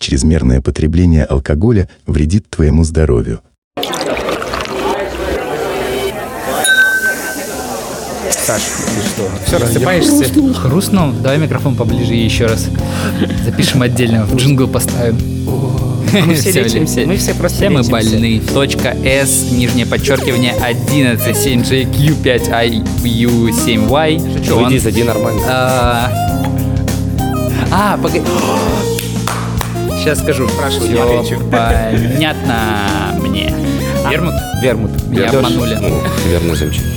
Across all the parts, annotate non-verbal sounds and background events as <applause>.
чрезмерное потребление алкоголя вредит твоему здоровью. Саш, ты что? Все рассыпаешься? Хрустнул? Давай микрофон поближе и еще раз. Запишем отдельно, в джингл поставим. <laughs> Мы все Всё, лечимся. Алексей. Мы все просто Все мы лечимся. больны. Точка S, нижнее подчеркивание, 11, 7JQ5IU7Y. Шучу, он... Выйди, зайди нормально. А, а, погоди. Сейчас скажу. Спрашивай, не Всё отвечу. понятно мне. А, Вермут? Вермут. Меня Бердёж? обманули. Ну, вермут замечательно.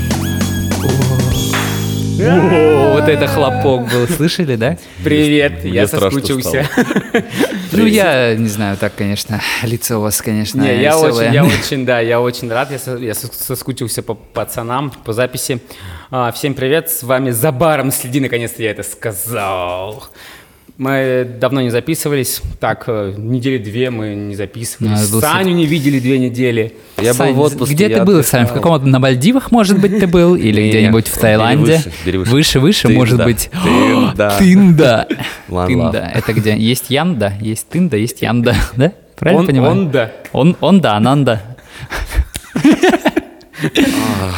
О, вот это хлопок был. Слышали, да? Привет, я Мне страшно соскучился. Ну, я не знаю, так, конечно. Лицо у вас, конечно, <laughs> Не, я весёлое. очень, я очень, да, я очень рад. Я, со- я сос- соскучился по пацанам, по записи. А, всем привет, с вами за баром следи, наконец-то я это сказал. Мы давно не записывались, так, э, недели две мы не записывались. Надо было Саню не видели две недели. Я Сань, был в отпуске. Где я ты был, Сань? В отдыхал. каком-то на Мальдивах, может быть, ты был? Или Не-не, где-нибудь в или Таиланде? выше, или выше. Выше, выше, Тында. может быть. <gasps> Тында. <laughs> Тында. Лан-лав. Тында. Это где? Есть Янда, есть Тында, есть Янда. <laughs> Да? Правильно Он- понимаю? онда. Он, он да, <laughs> Ананда.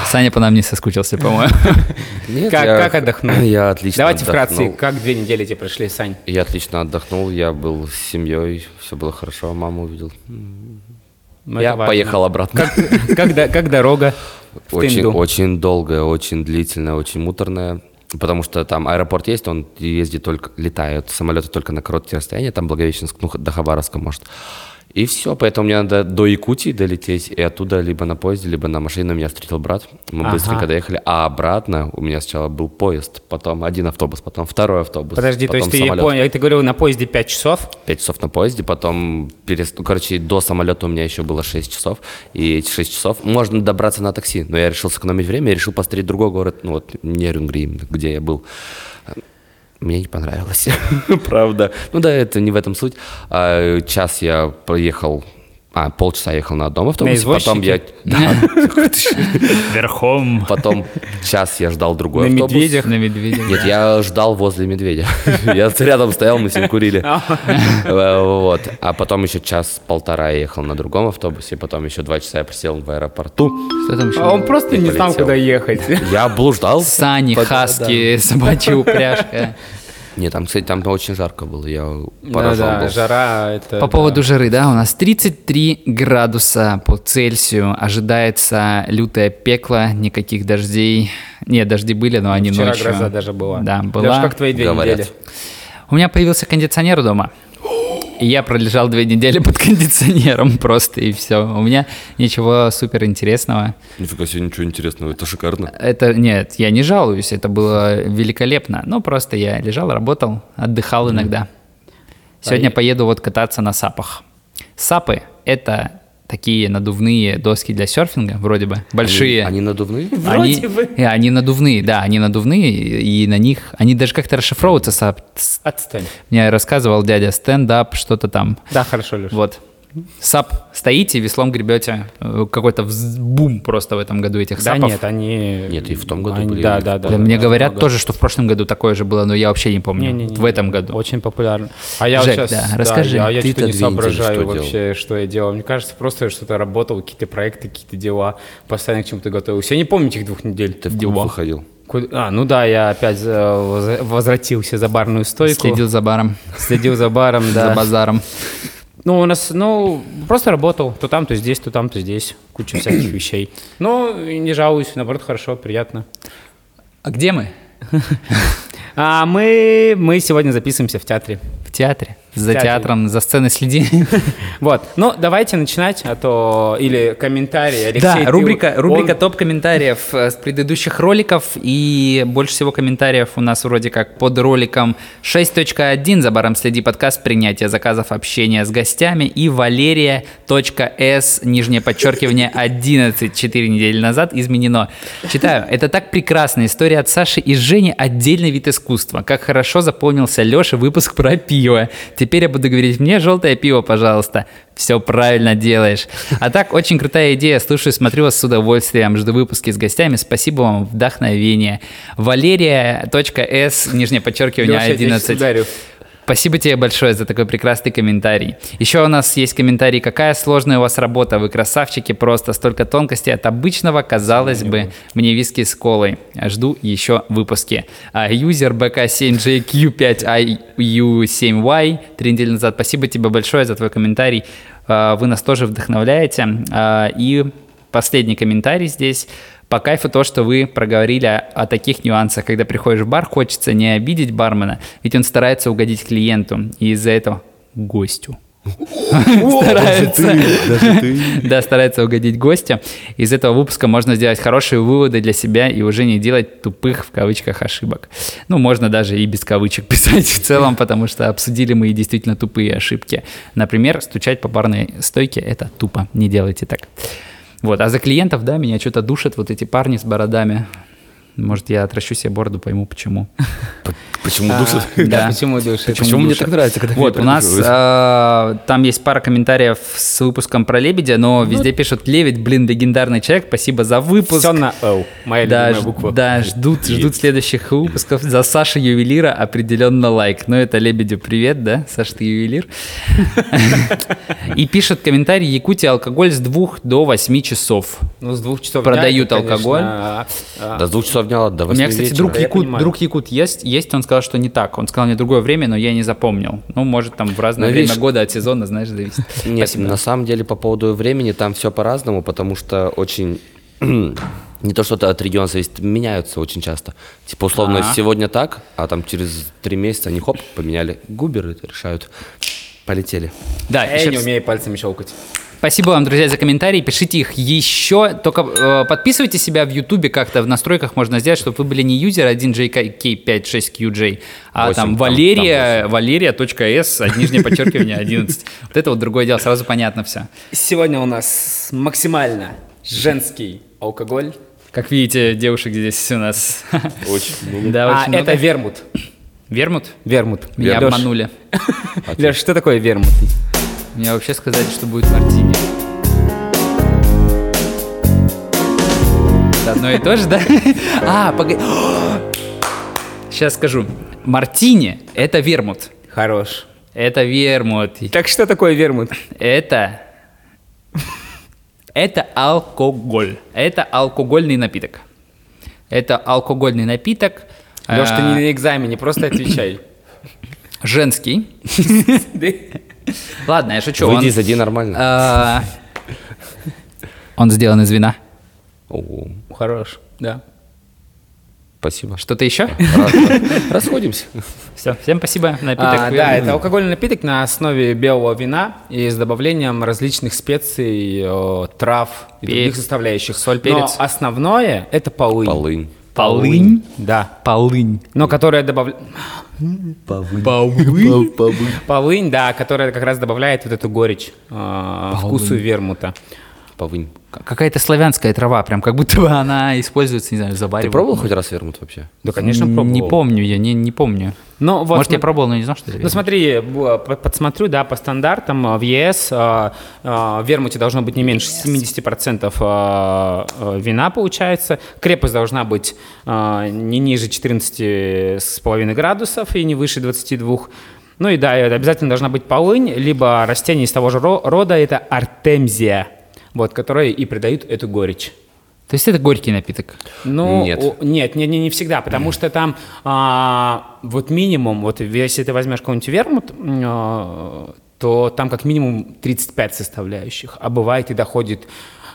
Саня по нам не соскучился, по-моему. <laughs> Нет, Как- я- как отдохнул? <clears throat> <laughs> Я отлично Давайте вкратце, отдохнул. как две недели тебе прошли, Сань? Я отлично отдохнул, я был с семьей, все было хорошо, а маму увидел. Ну, я это важно. поехал обратно. Как, как до- как дорога в Очень, Тынду? очень долгая, очень длительная, очень муторная. Потому что там аэропорт есть, он ездит только, летает самолеты только на короткие расстояния, там Благовещенск, ну, до Хабаровска, может. И все, поэтому мне надо до Якутии долететь, и оттуда либо на поезде, либо на машине меня встретил брат. Мы Ага. быстренько доехали, а обратно у меня сначала был поезд, потом один автобус, потом второй автобус. Подожди, то потом есть ты самолет. Япония, ты говорил на поезде 5 часов? 5 часов на поезде, потом, перес... ну, короче, до самолета у меня еще было 6 часов, и эти 6 часов можно добраться на такси, но я решил сэкономить время, и решил посмотреть другой город, ну вот, Нерюнгри, где я был. Мне не понравилось, <laughs> правда. Ну да, это не в этом суть. А, час я проехал, а, полчаса ехал на одном автобусе, потом я... Верхом. Потом час я ждал другой На автобус. медведях? На медведях. Нет, я ждал возле медведя. <laughs> Я рядом стоял, мы с ним <laughs> курили. Э, Вот. А потом еще час-полтора я ехал на другом автобусе, потом еще два часа я присел в аэропорту. Что там еще? А он просто не знал, полетел. куда <laughs> ехать. Я <laughs> блуждал. Сани, Под- хаски, собачья упряжка. Не, там, кстати, там очень жарко было, я Да, поражен Ну да, был. жара это... По поводу жары, да, у нас 33 градуса по Цельсию, ожидается лютое пекло, никаких дождей. Нет, дожди были, но они Вчера ночью. гроза даже была. Да, была. Лёш, как твои две Говорят. недели? У меня появился кондиционер дома. И я пролежал две недели <laughs> под кондиционером просто, и все. У меня ничего супер интересного. Нифига себе, ничего интересного, это шикарно. Это, нет, я не жалуюсь, это было великолепно. Ну, просто я лежал, работал, отдыхал иногда. Сегодня А и- поеду вот кататься на сапах. Сапы — это такие надувные доски для серфинга, вроде бы, большие. Они надувные? Они- Вроде бы. э, они надувные, да, они надувные, и и на них... Они даже как-то расшифровываются. сап- с- Отстань. Мне рассказывал дядя стендап, что-то там. Да, хорошо, Леш. Вот. Сап стоите, веслом гребете. Э, Какой-то вз- бум просто в этом году этих Да сапов. нет, они... Нет, и в том году Они- были, Да, и в да, да. Да, мне да, говорят много. тоже, что в прошлом году такое же было, но я вообще не помню. Не-не-не. В этом году. Очень популярно. А я Жек, сейчас... да, расскажи, я- я что-то ты-то не две недели соображаю что вообще, что я делал. Мне кажется, просто я что-то работал, какие-то проекты, какие-то дела. Постоянно к чему-то готовился. Я не помню этих двух недель. Ты в клуб выходил? Куда- А, ну да, я опять э, воз- возвратился за барную стойку. Следил за <laughs> баром, Следил за <laughs> баром, за да. базаром. Ну, у нас, ну, просто работал. То там, то здесь, то там, то здесь. Куча <clears throat> всяких вещей. Ну, и не жалуюсь, наоборот, хорошо, приятно. А где <laughs> мы? А мы, мы сегодня записываемся в театре. В театре. За театре. театром, за сценой следи. Вот. Ну, давайте начинать, а то... Или комментарии. Алексей, <laughs> Да, ты- рубрика, он- рубрика топ-комментариев э, с предыдущих роликов, и больше всего комментариев у нас вроде как под роликом 6.1 «За баром следи» подкаст «Принятие заказов, общение с гостями» и «Валерия.с», нижнее подчеркивание, <laughs> 11, 4 недели назад изменено. Читаю. «Это так прекрасная история от Саши и Жени, отдельный вид искусства. Как хорошо запомнился Леша выпуск про пиво. Теперь я буду говорить, мне желтое пиво, пожалуйста. Все правильно делаешь. А так, очень крутая идея. Слушаю, смотрю вас с удовольствием. Жду выпуски с гостями. Спасибо вам, вдохновение. Валерия.с, нижнее подчеркивание, Лёша, я тебя щас 11. ударю. Спасибо тебе большое за такой прекрасный комментарий. Еще у нас есть комментарий, какая сложная у вас работа, вы красавчики, просто столько тонкостей от обычного, казалось бы, мне виски с колой. Жду еще выпуски. А, Юзер BK7JQ5IU7Y, три недели назад, спасибо тебе большое за твой комментарий, А, вы нас тоже вдохновляете. А, И последний комментарий здесь. По кайфу то, что вы проговорили о, о таких нюансах, когда приходишь в бар, хочется не обидеть бармена, ведь он старается угодить клиенту, и из-за этого гостю. Старается. <laughs> Да, старается угодить гостю. Из этого выпуска можно сделать хорошие выводы для себя и уже не делать тупых в кавычках ошибок. Ну, можно даже и без кавычек <laughs> писать в целом, потому что обсудили мы и действительно тупые ошибки. Например, стучать по барной стойке – это тупо. Не делайте так. Вот, а за клиентов, да, меня что-то душат вот эти парни с бородами. Может, я отращу себе бороду, пойму почему. Почему <laughs> душит? Да. А, Почему душит? Почему мне так нравится, когда Вот, у меня нас прикалывают? э, там есть пара комментариев с выпуском про лебедя, но везде пишут «Лебедь, блин, легендарный человек, спасибо за выпуск». Все на «Л», моя Да, любимая ж- буква. да, ждут, ждут следующих выпусков. За Саша Ювелира определенно лайк. Ну, это Лебедю привет, да? Саша, <laughs> ты ювелир. И пишет комментарий Якутия алкоголь с двух до 8 часов. Ну, с двух часов Продают дня это, конечно, алкоголь. а, а, До двух часов дня, до У меня, восьми кстати, вечера. друг я Якут, понимаю. друг Якут есть, есть, он сказал, что не так. Он сказал мне другое время, но я не запомнил. Ну, может, там в разное Ну, время видишь- года от сезона, знаешь, зависит. Нет, на самом деле по поводу времени там все по-разному, потому что очень... <clears throat> Не то, что это от региона зависит, меняются очень часто. Типа, условно, Ага. сегодня так, а там через три месяца они хоп, поменяли. Губеры решают. Полетели. Да, Я ещё не вс- умею пальцами щелкать. Спасибо вам, друзья, за комментарии. Пишите их еще. Только э, подписывайте себя в Ютубе как-то. В настройках можно сделать, чтобы вы были не юзер а 1JK56QJ, а там Восемь, там- Валерия, Валерия.с, а нижнее подчеркивание 11. Вот это вот другое дело, сразу понятно все. Сегодня у нас максимально женский алкоголь. Как видите, девушек здесь у нас. Очень много. Да, а очень это много. вермут. Вермут? Вермут. Меня Лёш, обманули. <laughs> Лёш, что такое вермут? Мне вообще сказали, что будет мартини. Это одно и то же, да? А, погоди. Сейчас скажу. Мартини – это вермут. Хорош. Это вермут. Так что такое вермут? Это... <laughs> Это алкоголь. Это алкогольный напиток. Это алкогольный напиток. Лёш, ты не э, на экзамене, просто отвечай. <laughs> Женский. Ладно, я шучу. Выйди, он- зайди нормально. А, Он сделан из вина. О, <coughs> Хорош. Да. спасибо. Что? Что-то еще? Расходимся. Все, всем спасибо. Напиток. А, да, это алкогольный напиток на основе белого вина и с добавлением различных специй, э, трав и Перец. других составляющих. Соль, перец. Но основное это полынь. Полынь. полынь. Да. Полынь. Но которая добавляет... Полынь, да, которая как раз добавляет вот эту горечь э, вкусу вермута. Полынь. К- Какая-то славянская трава, прям как будто бы она используется, не знаю, Ты заваривают. пробовал хоть раз вермут вообще? Да, конечно, пробовал. Не помню я, не, не помню. Но вот Может, я см- пробовал, но не знал, что это. Ну смотри, бу- по- подсмотрю, да, по стандартам э, в ЕС э, э, в вермуте должно быть не меньше 70% э, э, вина, получается. Крепость должна быть э, не ниже 14,5 градусов и не выше 22. Ну и да, и обязательно должна быть полынь, либо растение из того же ро- рода, это артемзия, вот, которые и придают эту горечь. То есть это горький напиток. Ну, Нет. о- нет, не, не, не всегда, потому что там а, вот минимум, вот если ты возьмешь какой-нибудь вермут, м, а, то там как минимум 35 составляющих, а бывает и доходит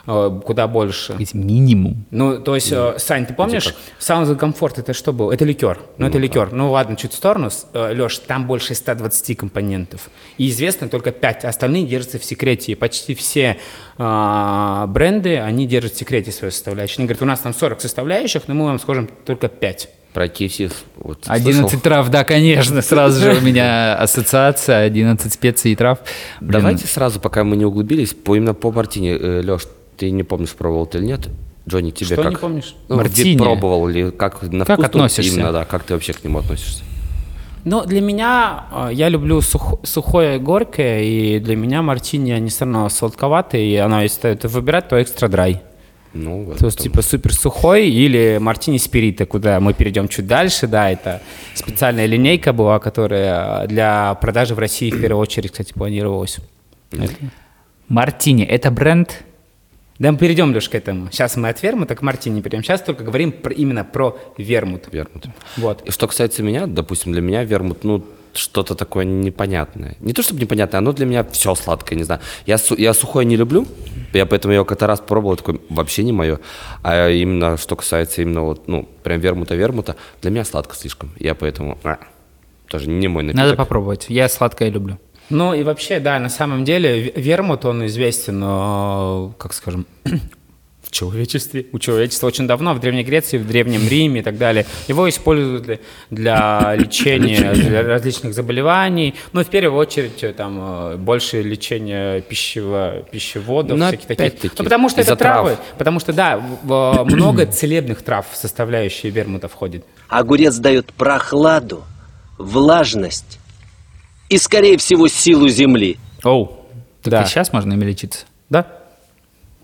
а, куда больше. Ведь минимум. Ну, то есть, э, Сань, ты помнишь, саунд комфорт это что было? Это ликер. Ну, это ликер. Ну, ладно, чуть в сторону. Леш, там больше 120 компонентов. И известно только 5. Остальные держатся в секрете. И почти все а, бренды, они держат в секрете свою составляющую. Они говорят, у нас там 40 составляющих, но мы вам скажем только 5. Про KFC. Вот, слышал? 11 трав, да, конечно, сразу же у меня ассоциация 11 специй и трав. Блин, Давайте сразу, пока мы не углубились, по, именно по мартине. Леш, ты не помнишь, пробовал ты или нет? Джонни, тебе Что как? не помнишь? Ну, Мартини. где пробовал ли, как на Как вкус тут относишься? Именно, да, как ты вообще к нему относишься? Но для меня, э, я люблю сух- сухое и горькое, и для меня мартини, они все равно сладковатые, и она, если это выбирать, то экстра драй. Ну, вот. То есть, типа, супер сухой или мартини спирита, куда мы перейдем чуть дальше, да, это специальная линейка была, которая э, для продажи в России в первую очередь, кстати, планировалась. Мартини – это бренд? Да мы перейдем, Леш, к этому. Сейчас мы от вермута к мартини перейдем. Сейчас только говорим про- именно про вермут. вермут. Вот. И Что касается меня, допустим, для меня вермут, ну, что-то такое непонятное. Не то чтобы непонятное, оно для меня все сладкое, не знаю. Я, су- я сухое не люблю, я поэтому его как-то раз пробовал, такой, вообще не мое. А именно, что касается именно вот, ну, прям вермута-вермута, для меня сладко слишком. Я поэтому, а, тоже не мой напиток. Надо попробовать. Я сладкое люблю. Ну и вообще, да, на самом деле ве- вермут, он известен, э, как скажем, <clears throat> в человечестве, у человечества очень давно, в Древней Греции, в Древнем Риме и так далее. Его использовали <clears throat> для лечения для различных заболеваний, ну, в первую очередь, э, там, э, больше лечения пищево, пищеводов, Ну, всяких таких. опять-таки, Ну, потому что это из-за трав. травы, потому что, да, в- в- много целебных трав, в составляющие вермута входит. Огурец дает прохладу, влажность и, скорее всего, силу земли. Оу, так Да. и сейчас можно ими лечиться? Да.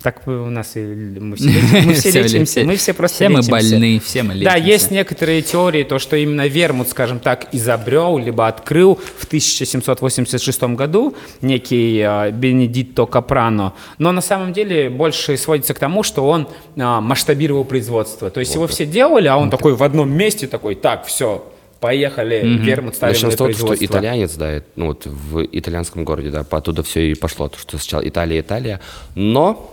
Так у нас и л- мы все, лечим- мы все лечимся, мы все просто Все мы лечимся. больны, все мы лечимся. Да, есть некоторые теории, то, что именно Вермут, скажем так, изобрел, либо открыл в 1786 году некий э, Бенедитто Капрано. Но на самом деле больше сводится к тому, что он а, масштабировал производство. То есть его все делали, а он такой в одном месте такой, так, все, поехали, Вермут ставим Начнем на с того, что производство». итальянец, да, это, ну, вот в итальянском городе, да, оттуда все и пошло, то, что сначала Италия, Италия, но...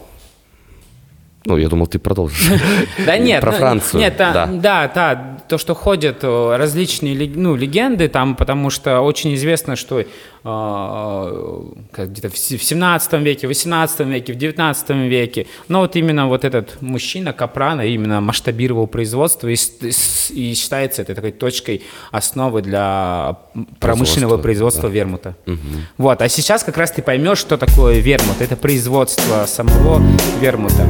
Ну, я думал, ты продолжишь. <laughs> Э, Да нет, Про ну, Францию. Нет, та- да. да, та, то, что ходят э, различные лег- ну, легенды там, потому что очень известно, что э, как где-то в се- в 17 веке, в 18 веке, в 19 веке, но вот именно вот этот мужчина Капрана именно масштабировал производство и, с- и с- и считается это такой точкой основы для промышленного производства вермута. Вот, а сейчас как раз ты поймешь, что такое вермут. Это производство самого вермута.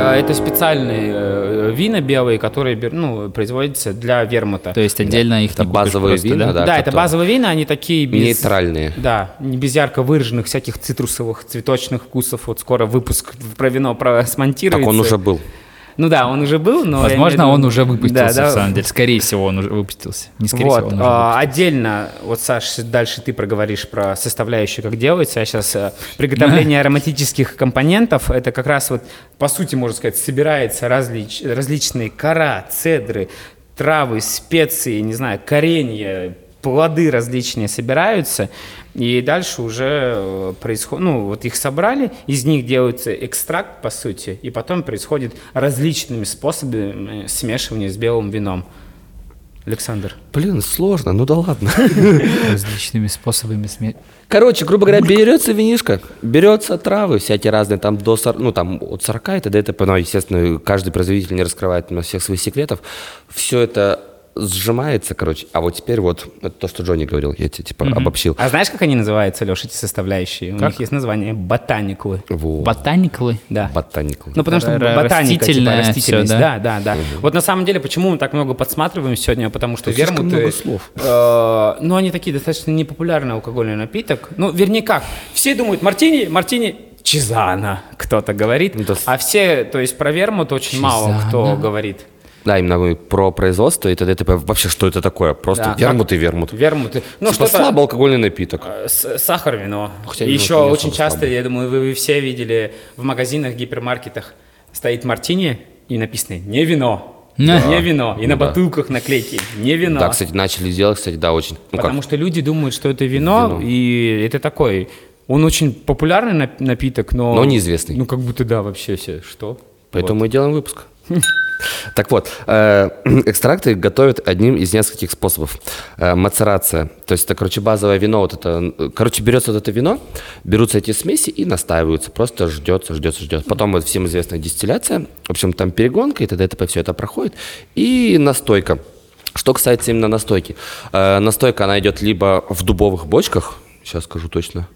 Э, Это специальные э, вина белые, которые бер- ну, производятся для вермута. То есть отдельно их Это не купишь базовые просто, вина, да? да, да, это которые базовые вина, они такие без... Нейтральные. Да, не без ярко выраженных всяких цитрусовых, цветочных вкусов. Вот скоро выпуск про вино про- Так смонтируется. он уже был. Ну да, он уже был, но... я Возможно, имею в он виду- уже выпустился, Да, да. на самом деле. Скорее всего, он уже выпустился. Не скорее вот, всего, он уже а, отдельно, вот, Саш, дальше ты проговоришь про составляющие, как делается, а сейчас приготовление ароматических компонентов, это как раз вот, по сути, можно сказать, собирается различ- различные кора, цедры, травы, специи, не знаю, коренья, плоды различные собираются, и дальше уже происходит, ну, вот их собрали, из них делается экстракт, по сути, и потом происходит различными способами смешивание с белым вином. Александр. Блин, сложно, ну да ладно. <laughs> выпустился. различными способами сме- Короче, грубо говоря, берется винишко, берется травы всякие разные, там до 40, ну там от 40 и т.д. и т.п. Но, естественно, каждый производитель не раскрывает на всех своих секретов. Все это сжимается, короче. А вот теперь вот это то, что Джонни говорил, я тебе типа обобщил. А знаешь, как они называются, Леша, эти составляющие? У них есть название ботаниклы. Во, Ботаниклы. Да. Ботаникл. Ну, потому что Ра- ботаника, типа, растительное всё, растительность, да, да. да, да. Вот на самом деле, почему мы так много подсматриваем сегодня, потому что слишком вермуты... много слов. э, ну, они такие достаточно непопулярный алкогольный напиток. Ну, вернее, как, все думают, мартини, мартини, Чизана, кто-то говорит. Ну, то есть- А все, то есть про вермут очень мало кто говорит. Да, именно мы про производство и т.д. и т.п. Вообще, что это такое? Да, Просто как- вермут и вермут. Вермут. Ну, Ну, типа что-то... слабо алкогольный напиток. С- Сахар, вино. Ну, Хотя И вино еще это не очень особо часто, слабое. я думаю, вы, вы все видели в магазинах, гипермаркетах стоит мартини и написано «не вино». Да. Не вино. И Ну на <laughs> да. бутылках наклейки «не вино». Да, кстати, начали делать, кстати, да, очень. Ну, как, Потому что люди думают, что это вино, Вино. и это такой... Он очень популярный нап- напиток, но... Но неизвестный. Ну, как будто да, вообще все. Что? Поэтому мы делаем выпуск. <laughs> Так вот, э, <clears throat> экстракты готовят одним из нескольких способов. Э, Мацерация. То есть это, короче, базовое вино. Вот это, э, короче, берется вот это вино, берутся эти смеси и настаиваются. Просто ждется, ждется, ждется. Потом вот всем известная дистилляция. В общем, там перегонка и т.д. и т.п. Все это проходит. И настойка. Что касается именно настойки. Э, настойка, она идет либо в дубовых бочках, сейчас скажу точно,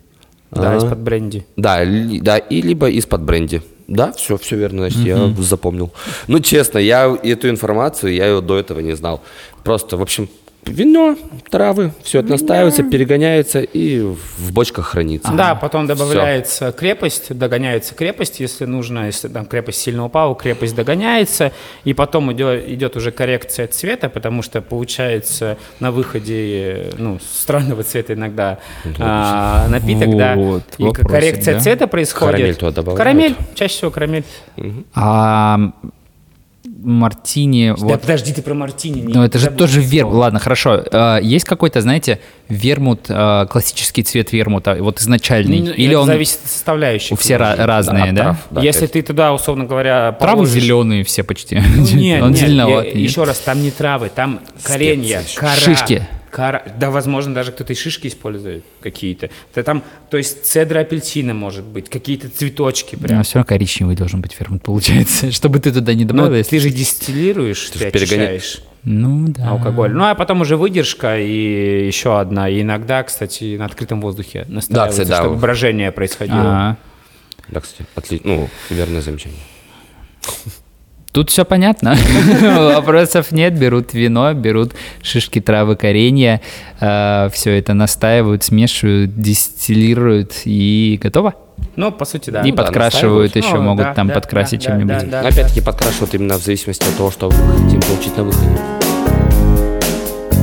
Да, из-под бренди. да, ли- да, и либо из-под бренди. Да, все, все верно, значит, я запомнил. Ну, честно, я эту информацию, я ее до этого не знал. Просто, в общем, Вино, травы, все это настаивается, перегоняется и в бочках хранится. Да, потом добавляется крепость, догоняется крепость, если нужно, если там крепость сильно упала, крепость догоняется, и потом идет, идет уже коррекция цвета, потому что получается на выходе э, ну, странного цвета иногда а, напиток, да, Вот, и вопросик, коррекция да. цвета происходит. Карамель туда добавляют? Карамель, чаще всего карамель. А мартини... Да вот, подожди, ты про мартини. не- ну, это же забыл. тоже вермут. Ладно, хорошо. А, есть какой-то, знаете, вермут, а, классический цвет вермута, вот изначальный? Ну, Или это он зависит от составляющих. у все ра- разные, да? трав. Да, Если это- ты туда, условно говоря, Травы положишь- зеленые все почти. <laughs> Ну, Нет, он нет, зеленоват. я- нет? еще раз, там не травы, там коренья, кора. Шишки. кора. Да, возможно, даже кто-то и шишки использует какие-то. Да там, то есть цедра апельсина может быть, какие-то цветочки прям. Но все А, равно коричневый должен быть вермут, получается. <laughs> Чтобы ты туда не Ну, добавил, если ты же дистиллируешь, ты, ж перегоня- очищаешь Ну да. алкоголь. Ну, а потом уже выдержка и еще одна. И иногда, кстати, на открытом воздухе настаивается, кстати, да, чтобы вот. брожение происходило. А, Да, кстати, отлично. Ну, верное замечание. Тут все понятно. <laughs> Вопросов нет. Берут вино, берут шишки, травы, коренья. Все это настаивают, смешивают, дистиллируют и готово. Ну, по сути, да. и Ну, да, подкрашивают настаивают. еще, Ну, могут да, там да, подкрасить да, чем-нибудь. да, да, Но Опять-таки подкрашивают именно в зависимости от того, что мы хотим получить на выходе. А,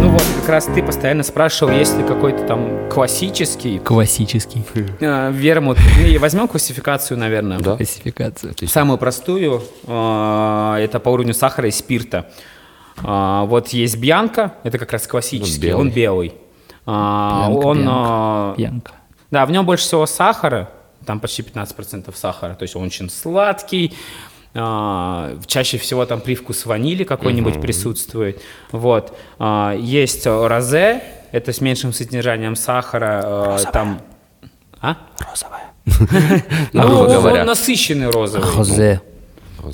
Ну вот, как раз ты постоянно спрашивал, есть ли какой-то там классический Классический. э, вермут. Ну, И возьмем классификацию, наверное. Да. Классификация. Самую простую, э, это по уровню сахара и спирта. А, Вот есть бьянка, это как раз классический, белый. он белый. А, Бьянка, Он, бьянка, э, Янка. да, в нем больше всего сахара, там почти 15% сахара, то есть он очень сладкий, а, чаще всего там привкус ванили какой-нибудь присутствует, вот. А, Есть э, розе, это с меньшим содержанием сахара, э, там... А? Ну, Ну, Грубо он говоря. Ну, насыщенный розовый. Хозе.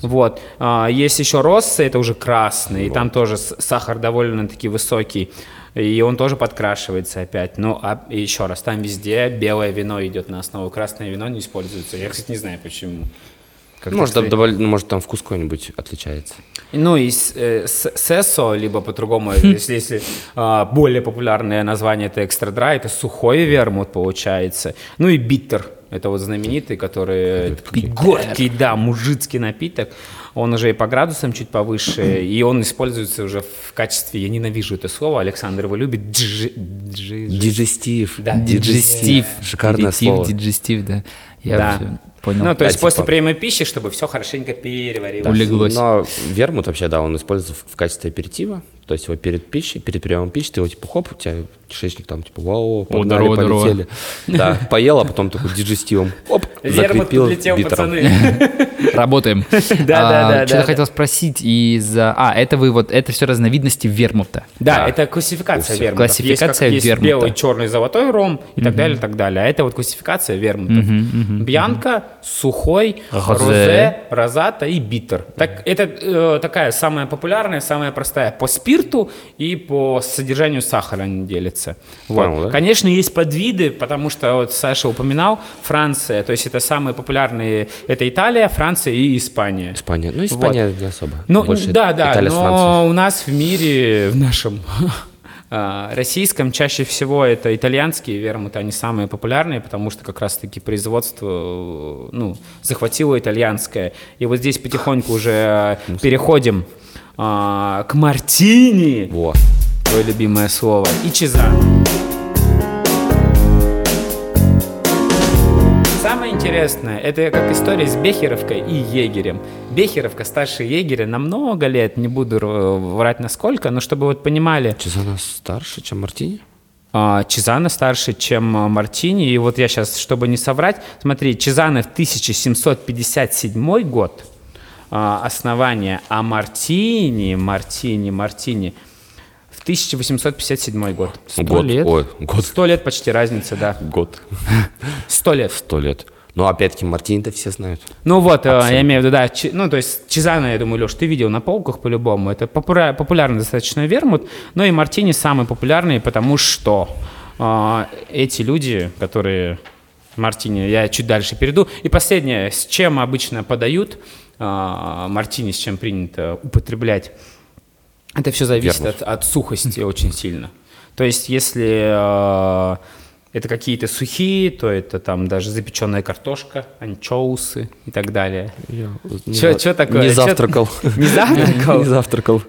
Вот. А, есть еще россы, это уже красный, и там тоже с- сахар довольно-таки высокий. И он тоже подкрашивается опять. Ну, а и еще раз, там везде белое вино идет на основу, красное вино не используется. Я, кстати, не знаю почему. Как-то, Может, кстати, там добавля- ну, может, там вкус какой-нибудь отличается. Ну, и с- э, с- сесо, либо по-другому, Хм. если, если, а, более популярное название это экстра драй, это сухой вермут получается. Ну и биттер, это вот знаменитый, который э, такой горький, да, мужицкий напиток. Он уже и по градусам чуть повыше, и он используется уже в качестве, я ненавижу это слово, Александр его любит, джи- джи- джи- Диджестив. Да. Диджестив. Шикарное Диджестив, слово. Диджестив, да. Я Да. всё Ну, понял. то есть Да, после типа- приема пищи, чтобы все хорошенько переварилось. Улеглось. Но вермут вообще, да, он используется в- в качестве аперитива. То есть его перед пищей, перед приемом пищи, ты его типа хоп, у тебя кишечник там типа вау, погнали, здорово, здорово. <laughs> полетели. Да, поел, а потом такой диджестивом, оп, Вермут закрепил подлетел, битером. пацаны. Работаем. <laughs> Да, да, А, да, Что-то да, хотел спросить из-за... А, это вы вот... Это все разновидности вермута. Да, Да. это классификация Класси- вермутов. классификация есть, как, вермута. есть белый, черный, золотой ром и так далее, и так далее. А это вот классификация вермутов. Бьянка, сухой, Розе. розе, розата и битер. Так, это э, такая самая популярная, самая простая по спирту и по содержанию сахара они делятся. Вот. Понял, да? Конечно, есть подвиды, потому что вот Саша упоминал Франция, то есть это самые популярные, это Италия, Франция и Испания. Испания. Ну, Испания не особо. Ну, Больше да, да, Италия с Францией. но у нас в мире, в нашем <laughs> а, российском, чаще всего это итальянские вермуты, они самые популярные, потому что как раз-таки производство, э, ну, захватило итальянское. И вот здесь потихоньку уже э, переходим а, к мартини, Во. твое любимое слово, и чиза. Самое интересное, это как история с Бехеровкой и Егерем. Бехеровка старше Егеря на много лет, не буду э, врать насколько, но чтобы вот понимали, Чизана старше, чем Мартини? а, Чизана старше, чем а, Мартини. И вот я сейчас, чтобы не соврать, смотри, Чизана в 1757 год а, основание, а Мартини, Мартини, Мартини в 1857 год. Год. Ой, год. Сто лет почти разница, да. Год. Сто лет. Сто лет. Но опять-таки Мартини-то все знают. Ну вот, э, я имею в виду, да, чи- ну то есть Чизана, я думаю, Леш, ты видел на полках по-любому. Это попура- популярный достаточно вермут, но и мартини самый популярный, потому что а, эти люди, которые мартини, я чуть дальше перейду. И последнее, с чем э, обычно подают а, мартини, с чем принято употреблять. Это все зависит Вермут. от, от сухости очень сильно. То есть, если э, это какие-то сухие, то это там даже запеченная картошка, анчоусы и так далее. Чё- чё такое? Не Чё- завтракал. <laughs> Не завтракал? <laughs> Не завтракал.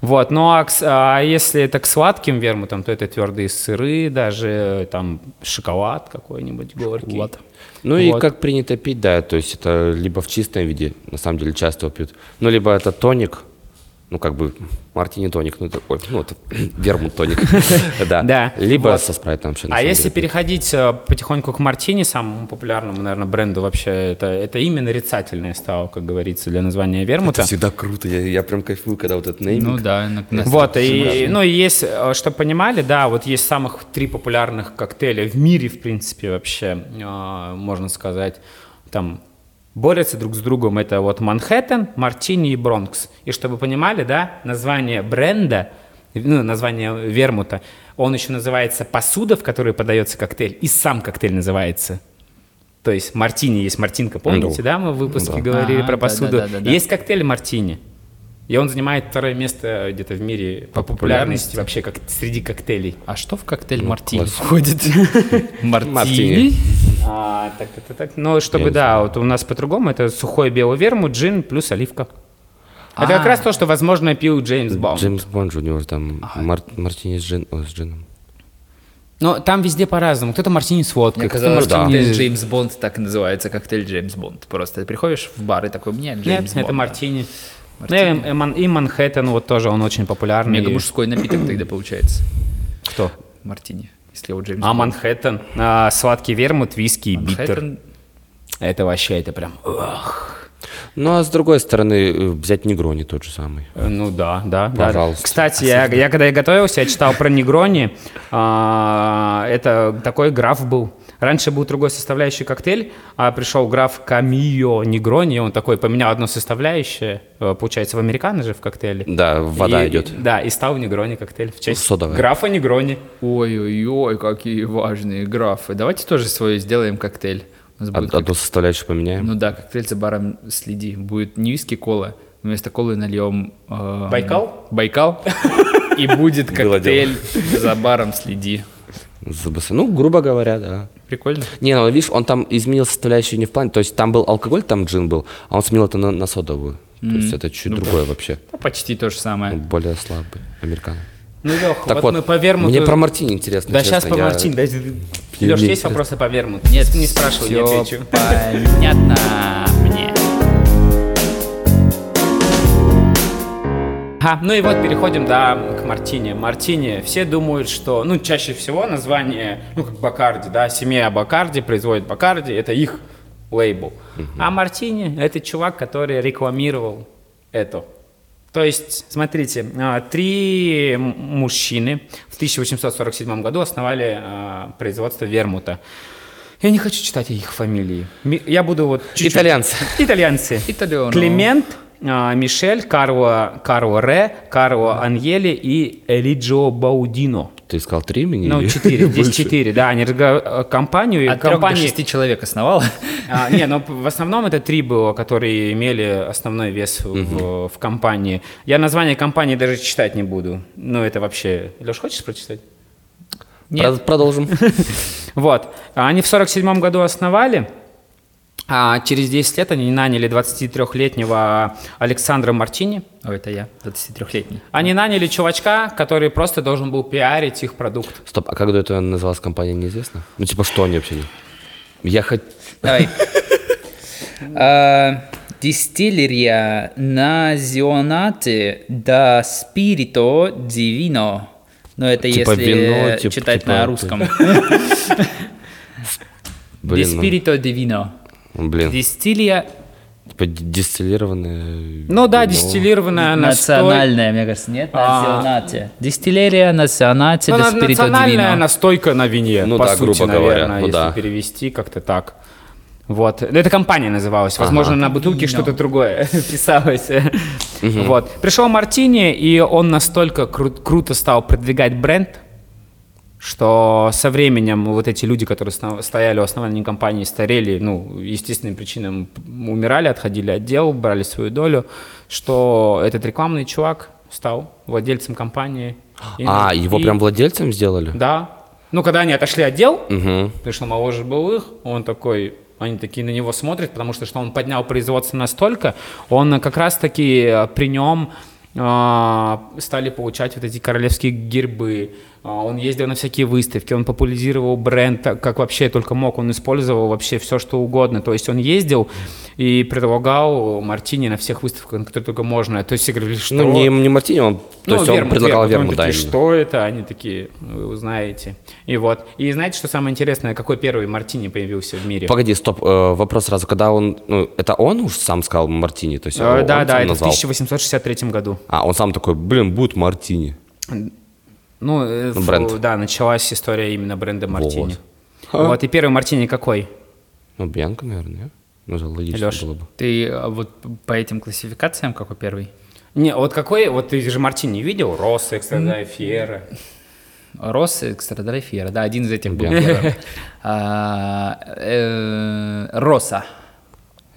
Вот, ну а, к с- а если это к сладким вермутам, то это твердые сыры, даже э, там шоколад какой-нибудь горький. Ну и Вот. как принято пить, да, то есть это либо в чистом виде, на самом деле часто его пьют, ну либо это тоник, ну как бы мартини тоник, ну это, ой, ну это <coughs> <laughs> вермут тоник, да. Да, Либо вот. со спрайтом вообще. на А самом если деле, пьют. переходить э, потихоньку к мартини, самому популярному, наверное, бренду вообще, это, это именно нарицательное стало, как говорится, для названия вермута. Это всегда круто, я, я прям кайфую, когда вот этот Ну нейминг. да, на- на- Вот, и, ну, и есть, чтобы понимали, да, вот есть самых три популярных коктейля в мире, в принципе, вообще, а, можно сказать, там, борются друг с другом, это вот Манхэттен, Мартини и Бронкс. И чтобы понимали, да, название бренда, ну, название вермута, он еще называется посуда, в которой подается коктейль, и сам коктейль называется. То есть мартини есть мартинка, помните, Ну да, мы в выпуске говорили А, про да, посуду. да, да, да, да. Есть коктейль мартини. И он занимает второе место где-то в мире по популярности вообще как среди коктейлей. А что в коктейль мартини входит? <laughs> Мартини? Мартини. А, так, так, так, так. Ну, чтобы, да, вот у нас по-другому, это сухой белый вермут, джин плюс оливка. Это как А. раз то, что, возможно, пил Джеймс Баунд. Джеймс Бонд же у него там мар- мартини с, джин, о, с джином. Но там везде по-разному. Кто-то мартини с водкой, Мне кто-то казалось, мартини... что коктейль Джеймс Бонд так и называется, коктейль Джеймс Бонд. Просто ты приходишь в бар и такой, мне Нет, Джеймс Бонд. это мартини. Ну, и, и Ман- и Манхэттен, вот тоже он очень популярный. Мега мужской напиток тогда получается. Кто? Мартини, если его Джеймс А Бонд. Манхэттен, а, сладкий вермут, виски и биттер. Манхэттен- Это вообще, это прям... ах. Ну а с другой стороны, э, взять Негрони тот же самый. Э, Ну да, да, да, да. Пожалуйста. Кстати, я, я когда я готовился, я читал про Негрони. А, это такой граф был. Раньше был другой составляющий коктейль, а пришел граф Камио Негрони, и он такой поменял одну составляющую, э, получается, в американо же в коктейле. Да, вода И- идет. Да, и стал Негрони коктейль в честь Содовая. графа Негрони. Ой-ой-ой, какие важные графы. Давайте тоже свой сделаем коктейль. У нас будет Од- Одну составляющую поменяем. Ну да, коктейль за баром следи. Будет не виски кола, вместо колы нальем... э, Байкал? Байкал. И будет коктейль за баром следи. За бассейн. Ну, грубо говоря, да. Прикольно. Не, ну видишь, он там изменил составляющую не в плане, то есть там был алкоголь, там джин был, а он сменил это на, на содовую. То есть это чуть другое вообще, Ну, Почти то же самое. более слабый американо. Ну, Лех, Так вот, мы по вермуту... мне про Мартини интересно. Да, честно, сейчас по я- Мартин. Да, мне Леш, есть интересно. вопросы по вермуту? Нет, не спрашивай, не всё отвечу. понятно мне. Ага, ну и вот переходим, да, к Мартине. Мартине, все думают, что, ну, чаще всего название, ну, как Бакарди, да, семья Бакарди производит Бакарди, это их лейбл. А Мартини — это чувак, который рекламировал это. То есть, смотрите, а, три м- мужчины в 1847 году основали а, производство вермута. Я не хочу читать их фамилии. Ми- Я буду вот чуть-чуть- Итальянцы. Итальянцы. Итальяно. Климент, а, Мишель, Карло, Карло Ре, Карло Аньели и Элиджио Баудино. Ты сказал три имени? Ну, <laughs> или <laughs> четыре, здесь больше? четыре, да, они разго- э, компанию... и От трех до компании- шести человек основал. а, не, ну в основном это три было, которые имели основной вес в, в компании. Я название компании даже читать не буду. Ну, это вообще... Леш, хочешь прочитать? Про- Продолжим. Вот. А Они в 47 году основали, а через 10 лет они наняли 23-летнего Александра Мартини. Ой, это я, 23-летний. Они наняли чувачка, который просто должен был пиарить их продукт. Стоп, а как до этого называлась компания, неизвестно? Ну, типа, что они вообще делают? Я хоть... Давай. А, Дистиллерия Назионате да Спирито Дивино. Ну, это Типа если вино, типа- читать типа на это. русском. Ди Блин, ну, Спирито Дивино. блин. Дистиллия Типа ди- дистиллированное... Ну да, вино. А, дистиллированная настой- национальная, мне кажется, нет? Назионате. Дистиллерия Назионате Ну, да на- Спирито национальная Дивино. настойка на вине, Ну по да, сути, грубо говоря, наверное, ну если да. перевести как-то так. Вот. Ну, Это компания называлась. Возможно, на бутылке что-то другое <laughs> писалось. Вот. Пришел Мартини, и он настолько кру- круто стал продвигать бренд, что со временем вот эти люди, которые сно- стояли у основания компании, старели, ну, естественным причинам м, умирали, отходили от дел, брали свою долю, что этот рекламный чувак стал владельцем компании. И- А, его и- прям владельцем сделали? Да. Ну, когда они отошли от дел, Мгм. потому что моложе был их, он такой, они такие на него смотрят, потому что, что он поднял производство настолько, он э, как раз-таки э, при нем э, стали получать вот эти королевские гербы, А, он ездил на всякие выставки, он популяризировал бренд, так, как вообще только мог, он использовал вообще все, что угодно, то есть он ездил и предлагал мартини на всех выставках, на которые только можно, то есть все говорили, что... Ну, не, не Мартини, он, то есть он Ну, вермут, предлагал вермут. вермут, Они да, такие, именно. что это? Они такие, «Ну, вы узнаете. И вот. И знаете, что самое интересное? Какой первый мартини появился в мире? Погоди, стоп, э, вопрос сразу, когда он, ну, это он уж сам сказал Мартини, то есть Э, его он да, сам да, это в назвал? 1863 году. А, он сам такой, блин, будет Мартини. Ну, э, Ну, фу, бренд. да, началась история именно бренда мартини. Вот. и первый мартини какой? Ну, Бьянка, наверное, нет? ну, это логично Лёш, было бы. Ты а, вот по этим классификациям какой первый? Не, вот какой, вот ты же мартини видел? Росса, Экстрадая, Фьера. Рос Экстрадрай Фьера, да, один из этих был. Бен. первым. <laughs> А, э, Роса.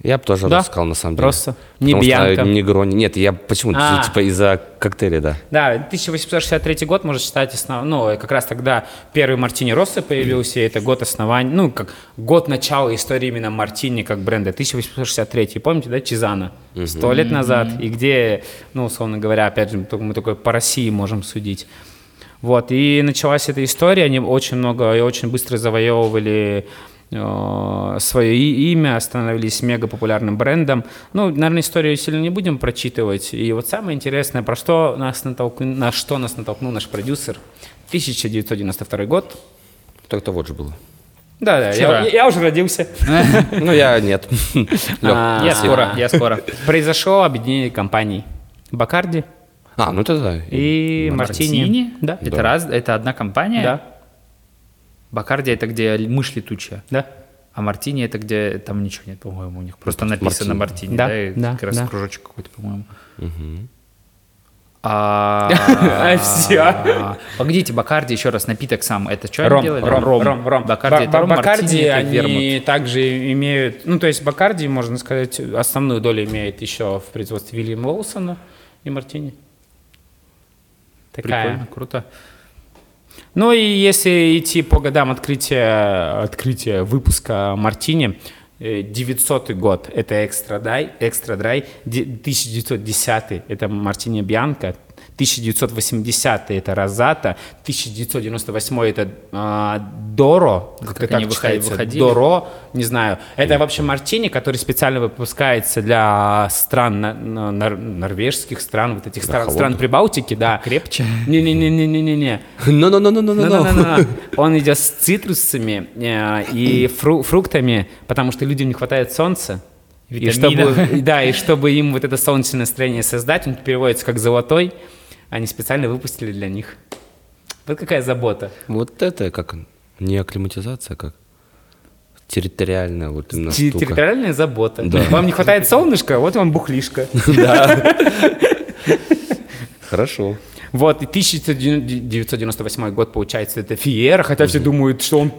Я бы тоже Да? рассказал, на самом деле. Просто. Не Потому что Бьянка. Негрони. Нет, я почему? А. Типа из-за коктейля, да. Да, 1863 год можно считать основ... ну, как раз тогда первый Мартини Росса появился, и это год основания, ну, как год начала истории именно Мартини как бренда, 1863. Помните, да, Чизана? Сто лет назад, и где, ну, условно говоря, опять же, мы только- мы только по России можем судить. Вот, и началась эта история, они очень много и очень быстро завоевывали э, свое и- имя, становились мега популярным брендом. Ну, наверное, историю сильно не будем прочитывать. И вот самое интересное, про что нас натолкну, на что нас натолкнул наш продюсер. 1992 год. Так-то вот <laughs> же было. Да, да, Вчера. я, я уже родился. Ну, я нет. <laughs> Лёх. А, Я скоро, я скоро. Произошло объединение компаний. Бакарди А, ну это да. и <laughs> Мартини. Мартини? Да. Это раз, это одна компания? Да. Бакарди это где мышь летучая. Да. А Мартини это где там ничего нет, по-моему, у них просто написано Мартини, Да, да, и да, как раз да. кружочек какой-то, по-моему. А, <laughs> А всё. а, Погодите, Бакарди еще раз напиток сам, это что Ром, они делали? ром, ром, ром, Бакарди, Ба- это ром, Бакарди, Мартини это они вермут. также имеют, ну то есть Бакарди, можно сказать, основную долю имеет еще в производстве Вильяма Уолсона и Мартини. Такая. Прикольно, круто. Ну и если идти по годам открытия, открытия выпуска Мартини, э, 900 год – это экстра дай, экстра драй, де- 1910 – это Мартини Бьянка, 1980 – это Розата, 1998 – это а, Доро, как-то Ну, как так они выходи- читается, выходили? Доро, не знаю. Это вообще Мартини, который специально выпускается для стран, на- на- нор- норвежских стран, вот этих стран, стран Прибалтики, да. Крепче? Не-не-не-не-не-не. Ну-ну-ну-ну-ну-ну. Да-да-да. <laughs> Он идет с цитрусами э, и фру- фруктами, потому что людям не хватает солнца. И Витаминов. чтобы, да, и чтобы им вот это солнечное настроение создать, он переводится как «золотой», они специально выпустили для них. Вот какая забота. <laughs> Вот это как не акклиматизация, а как территориальная вот именно Те- штука. Территориальная забота. Вам не хватает солнышка, вот вам бухлишка. Хорошо. Вот, и 1998 год, получается, это Фиера, хотя все думают, что он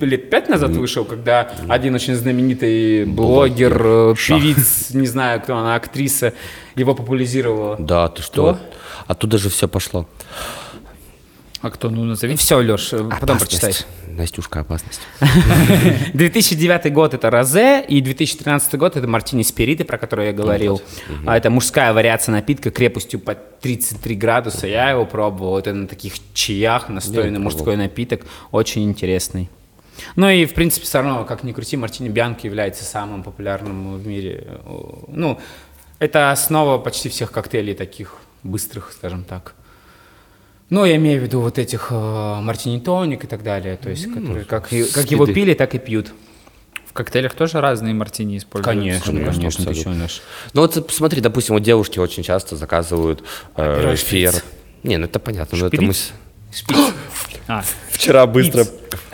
лет пять назад вышел, когда один очень знаменитый блогер, э, певиц, не знаю, кто она, актриса, его популяризировала. Да, ты что? Оттуда же все пошло. А кто, ну назови. Все, Леш, э, потом Опасность. прочитай. Настюшка, опасность. 2009 год это Розе, и 2013 год это Мартини Спириты, про который я говорил. А Это мужская вариация напитка крепостью под 33 градуса. Я его пробовал. Это на таких чаях настойный мужской напиток. Очень интересный. Ну и, в принципе, все равно, как ни крути, Мартини Бьянки является самым популярным в мире. э, Ну, это основа почти всех коктейлей таких быстрых, скажем так. Ну, я имею в виду вот этих э, мартини тоник и так далее, то есть, которые как, и- как его следы. пили, так и пьют. В коктейлях тоже разные мартини используются. конечно, ты абсолютно. чё, Лёш? Ну вот смотри, допустим, вот девушки очень часто заказывают э, Во-первых, шприц. фиер. Не, ну это понятно. но это мы с- А, Вчера быстро.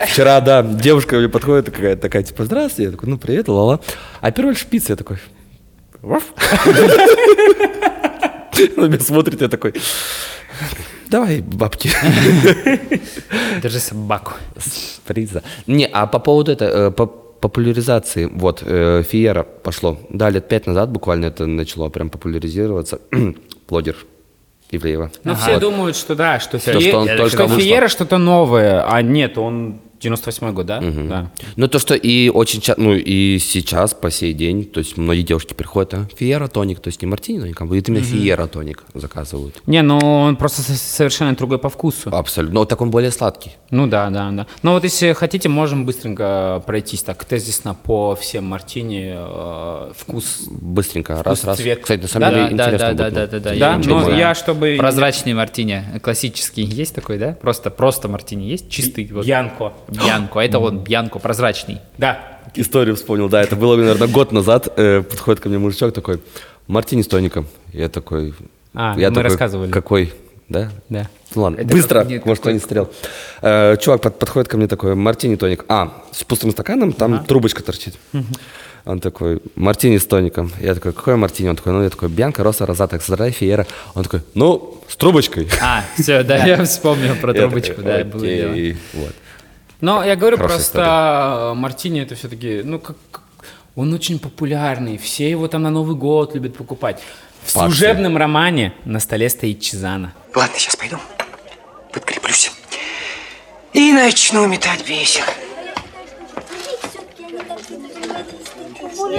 Вчера, да, девушка мне подходит какая такая, типа, здравствуйте. Я такой, ну, привет, лала. А первый шпиц, я такой, «Ваф». <laughs> Она меня смотрит, я такой, давай, бабки, даже собаку. с приза. Не, а по поводу это, э, по популяризации, вот, э, фиера пошло. Да, лет пять назад буквально это начало прям популяризироваться. <clears throat> Блогер Ивлеева. Ну, все думают, что да, что, Всё, Фие- что он что только вышло. Фиера что-то новое, а нет, он 98-й год, да? да. Ну, то, что и очень часто, ну, и сейчас, по сей день, то есть многие девушки приходят, а, фиера тоник, то есть не мартини, но как бы, и именно фиера тоник заказывают. Не, ну он просто со- совершенно другой по вкусу. Абсолютно. Но так он более сладкий. Ну да, да, да. Но вот если хотите, можем быстренько пройтись так тезисно по всем мартини э, вкус. Быстренько, раз, раз. цвет. Кстати, на самом Да, деле да, да, интересно да, будет, да, ну, да, да. Да, ничего не но знаю. я чтобы... Прозрачный мартини, классический есть такой, да? Просто, просто мартини есть, чистый. вот. Янко. Бьянко, а это он бьянко, прозрачный. Да. Историю вспомнил, да, это было, наверное, год назад. Э, подходит ко мне мужичок такой, Мартини с тоником. Я такой... А, я мы рассказывали. Какой? Да? Да. Ну ладно, Это быстро, как- нет, может, кто не смотрел. Э, чувак под- подходит ко мне такой, мартини тоник. А, с пустым стаканом, там трубочка торчит. Он такой, мартини с тоником. Я такой, какой мартини? Он такой, ну, я такой, Бьянка, Роса, Розата, Экстра, Фиера. Он такой, ну, с трубочкой. А, все, да, я вспомнил про Я трубочку, такой, да, было «Окей». дело. Вот. Но я говорю Хорошая просто, э, Мартини это все-таки, ну как, как- он очень популярный, все его там на Новый год любят покупать. В Паксы. служебном романе на столе стоит Чизана. Ладно, сейчас пойду. Подкреплюсь. И начну метать бисер.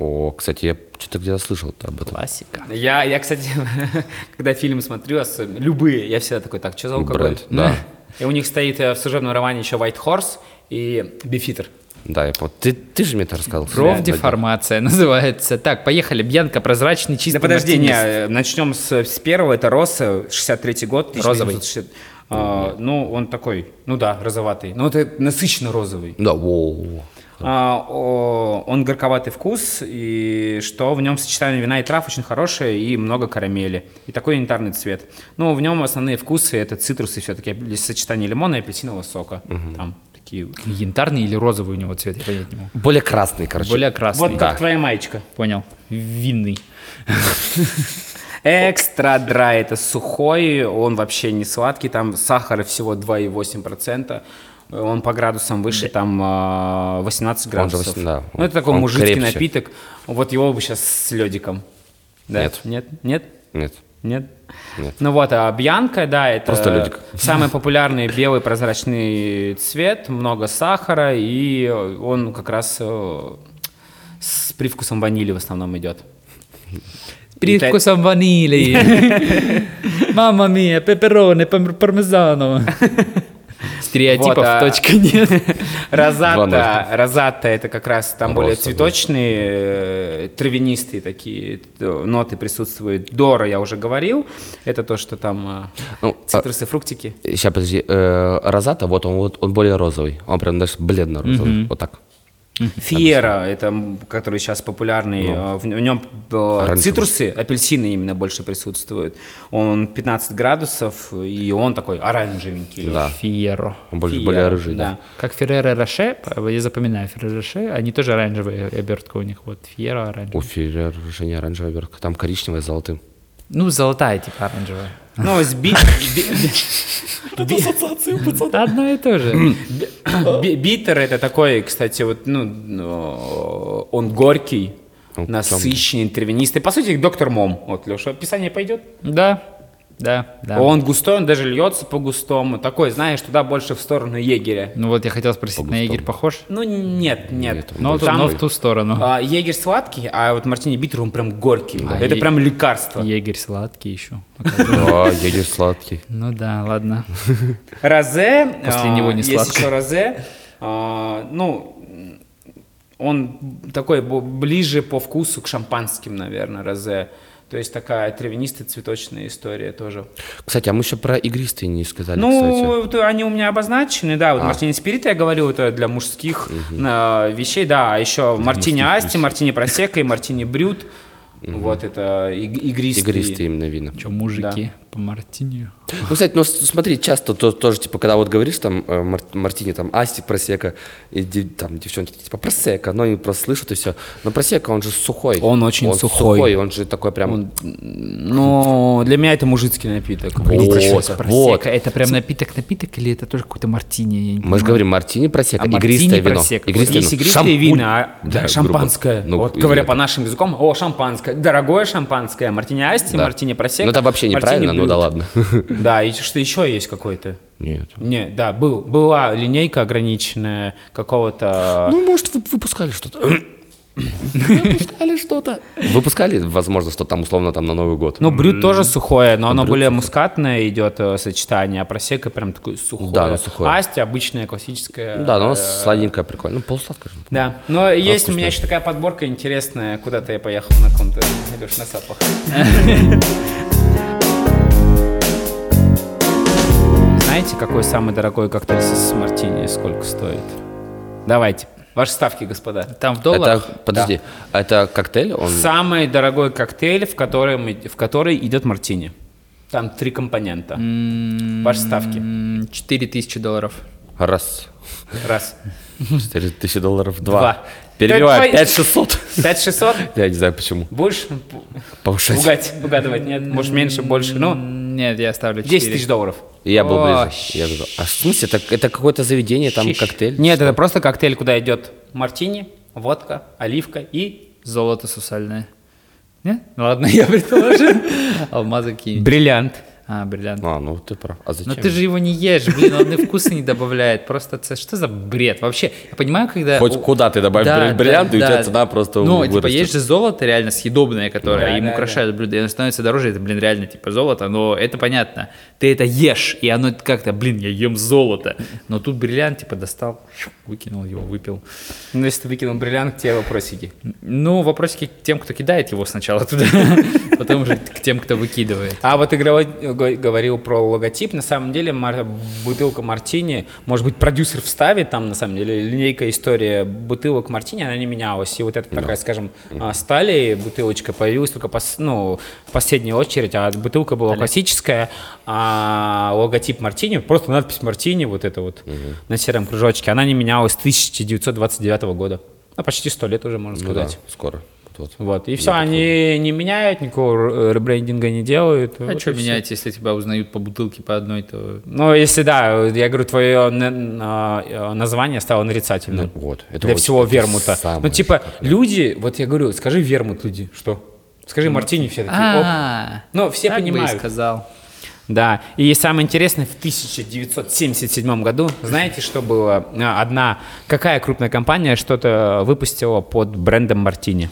О, кстати, я что-то где-то слышал об этом. Классика. Я, я, кстати, <laughs> когда фильм смотрю, особенно- любые, я всегда такой, так, что за алкоголь? Бренд, да. И у них стоит э, в служебном романе еще White Horse и Бифитер. Да, я помню. Ты, ты же мне это рассказывал. Кровь деформация <laughs> называется. Так, поехали. Бьянка, прозрачный, чистый Да подожди, мартини. не, э, начнем с, с первого, это Росса, 63-й год. Розовый. 1960. А, ну, он такой, ну да, розоватый. Ну, это насыщенно розовый. Да, воу. А, о, он горьковатый вкус, и что в нем сочетание вина и трав очень хорошее, и много карамели. И такой янтарный цвет. Ну, в нем основные вкусы это цитрусы все-таки, сочетание лимона и апельсинового сока. Там такие... вот. Янтарный или розовый у него цвет, я понять не могу. Более красный, короче. Более красный. Вот как твоя маечка. Понял. Винный. Экстра драй, это сухой, он вообще не сладкий, там сахара всего 2,8%. Он по градусам выше, там а, 18 градусов. 18, да. Ну, это такой Он мужицкий крепче. напиток. Вот его бы сейчас с ледиком. Да. Нет. Нет? Нет? Нет. Нет? Ну вот, а бьянка, да, это Просто лёдик. <laughs> самый популярный белый прозрачный цвет, много сахара, и он как раз э, с привкусом ванили в основном идет. Привкусом ванили. <laughs> Мама мия, пеппероне, пар- пармезану. Стереотипов Вот, а- точка <laughs> нет. <laughs> Розата, 2-0. розата это как раз там более Роза, да. цветочные, э, травянистые такие э, ноты присутствуют. Дора я уже говорил, это то, что там э, Ну, а- цитрусы, фруктики. Сейчас, подожди. э, розата, вот он, вот он более розовый. Он прям даже бледно-розовый. Вот так. Фиера, это м, который сейчас популярный, э, в, нем Ну. Оранжевый. цитрусы, апельсины именно больше присутствуют. Он 15 градусов, и он такой оранжевенький. Да. Фиеро. Он больше Фиера, более рыжий, да. Как Ферреро Роше, э, я запоминаю Ферреро Роше, они тоже оранжевые, э, обертка у них, вот, Фьеро У оранжевая. Феррер же не оранжевая обертка, там коричневая с золотым. Ну, золотая типа оранжевая. Ну, с <laughs> би- Да, Одно и то <clears throat> же. Би- Битер это такой, кстати, вот, ну, ну, он горький, Он насыщенный, травянистый. По сути, доктор Мом. Вот, Леша, описание пойдет. Да, да, да. Он густой, он даже льется по густому. Такой, знаешь, туда больше в сторону егеря. Ну вот я хотел спросить, на Егерь похож? Ну, нет, нет. Нет, он Но, Ну, тут- там но в ту сторону. а, егерь сладкий, а вот мартини битер, он прям горький. Да. это Е- прям лекарство. Егерь сладкий <laughs> еще. Да, едешь А, сладкий. Ну да, ладно. Розе. а, После него не есть сладко. еще розе. а, ну, он такой бо- ближе по вкусу к шампанским, наверное, розе. То есть такая травянистая цветочная история тоже. Кстати, а мы еще про игристые не сказали, кстати. Ну, вот они у меня обозначены, да. Вот мартини спирита я говорил, это для мужских а, вещей, да. А еще мартини асти, мартини просека и мартини брют. Вот это иг- игристые. Игристые именно вина. Че, мужики по мартинию? Ну, кстати, ну с- смотри, часто то- тоже, типа, когда вот говоришь, там, э, мар- Мартини, там, Асти, Просека, и де- там, девчонки, типа, Просека, но они просто слышат и все. Но Просека, он же сухой. Он очень сухой. он же такой прям... Но Ну, для меня это мужицкий напиток. вот, вот. Это прям напиток-напиток или это тоже какой-то мартини? Я не Мы же понимаю. говорим, Мартини, Просека, А игристое мартини, вино. просека. Игристое Есть вино. игристые ну, Шампунь. вина, а, да, грубо. шампанское. Ну, вот и- говоря по нашим языкам, о, шампанское, дорогое шампанское, мартини асти, Да. мартини просека. Ну, это вообще мартини неправильно, ну блюд. да <laughs> ладно. Да, и что еще есть какой-то? Нет. Не, да, был, была линейка ограниченная какого-то... Ну, может, вы- выпускали что-то. Выпускали что-то. Выпускали, возможно, что там, условно, там на Новый год. Ну, брют тоже сухое, но оно брют более мускатное идет э, сочетание, а просека прям такое сухое. Да, оно сухое. Асти обычная, классическая. да, но оно э, сладенькое, прикольно. Ну, полусладкое. же. Да, но есть у меня еще такая подборка интересная, куда-то я поехал на ком-то, Илюш, на сапах. <laughs> Знаете, какой самый дорогой коктейль с мартини, сколько стоит? Давайте, ваши ставки, господа. Там в Это, долларах? подожди, это коктейль? Он... Самый дорогой коктейль, в, котором, в который идет мартини. М-м-м. Там три компонента. Ваши ставки. М, 4000 долларов. Раз. Раз. 4 тысячи долларов. Два. Два. Перебиваю. Пять- 5600. 5600? <laughs> Я не знаю почему. Будешь Повышать. пугать, угадывать? Нет, может меньше, больше, М, ну, Нет, я ставлю 10 4. тысяч долларов. И Я был О, ближе. Я говорю, а в смысле? Это, это какое-то заведение, там Щищ. коктейль? Нет, это просто коктейль, куда идет мартини, водка, оливка и Золото сусальное. Нет? Ну ладно, <laughs> я предположил. Алмазы какие-нибудь. бриллиант. А, бриллиант. А, ну ты прав. А Но зачем? ты же его не ешь, блин, он и вкуса не добавляет. Просто це- что за бред? Вообще, я понимаю, когда... Хоть у- куда ты добавь бриль- бриллиант, и у тебя цена просто Ну, вырастет. типа, есть же золото реально съедобное, которое Да, им да, украшают блюдо, и оно становится дороже, это, блин, реально, типа, золото, но это понятно. Ты это ешь, и оно как-то, блин, я ем золото. Но тут бриллиант, типа, достал, выкинул его, выпил. Ну, если ты выкинул бриллиант, те вопросики. Ну, вопросики к тем, кто кидает его сначала туда, <laughs> потом уже к тем, кто выкидывает. А вот игровой го- говорил про логотип. На самом деле, мар- бутылка мартини, может быть, продюсер вставит там, на самом деле, линейка история бутылок мартини, она не менялась. И вот эта такая, скажем, а, стали бутылочка появилась только пос- ну, в последнюю очередь, а бутылка была классическая, а логотип мартини, просто надпись мартини, вот это вот на сером кружочке, она не менялась с 1929 года. Ну, почти 100 лет уже, можно Ну да, сказать. скоро. Вот. Вот, и все, они не меняют, никакого р- ребрендинга не делают. А Вот что и всё. менять, если тебя узнают по бутылке по одной, то... Ну, если да, я говорю, твое н- на- э, название стало нарицательным. Ну, вот, это Для вот всего это вермута. самое Ну, типа, люди, вот я говорю, скажи вермут, люди, что? Скажи мартини, все такие, оп. а Ну, все так бы и понимают. сказал. Да, и самое интересное, в 1977 году, знаете, что было? А, Одна, какая крупная компания что-то выпустила под брендом мартини?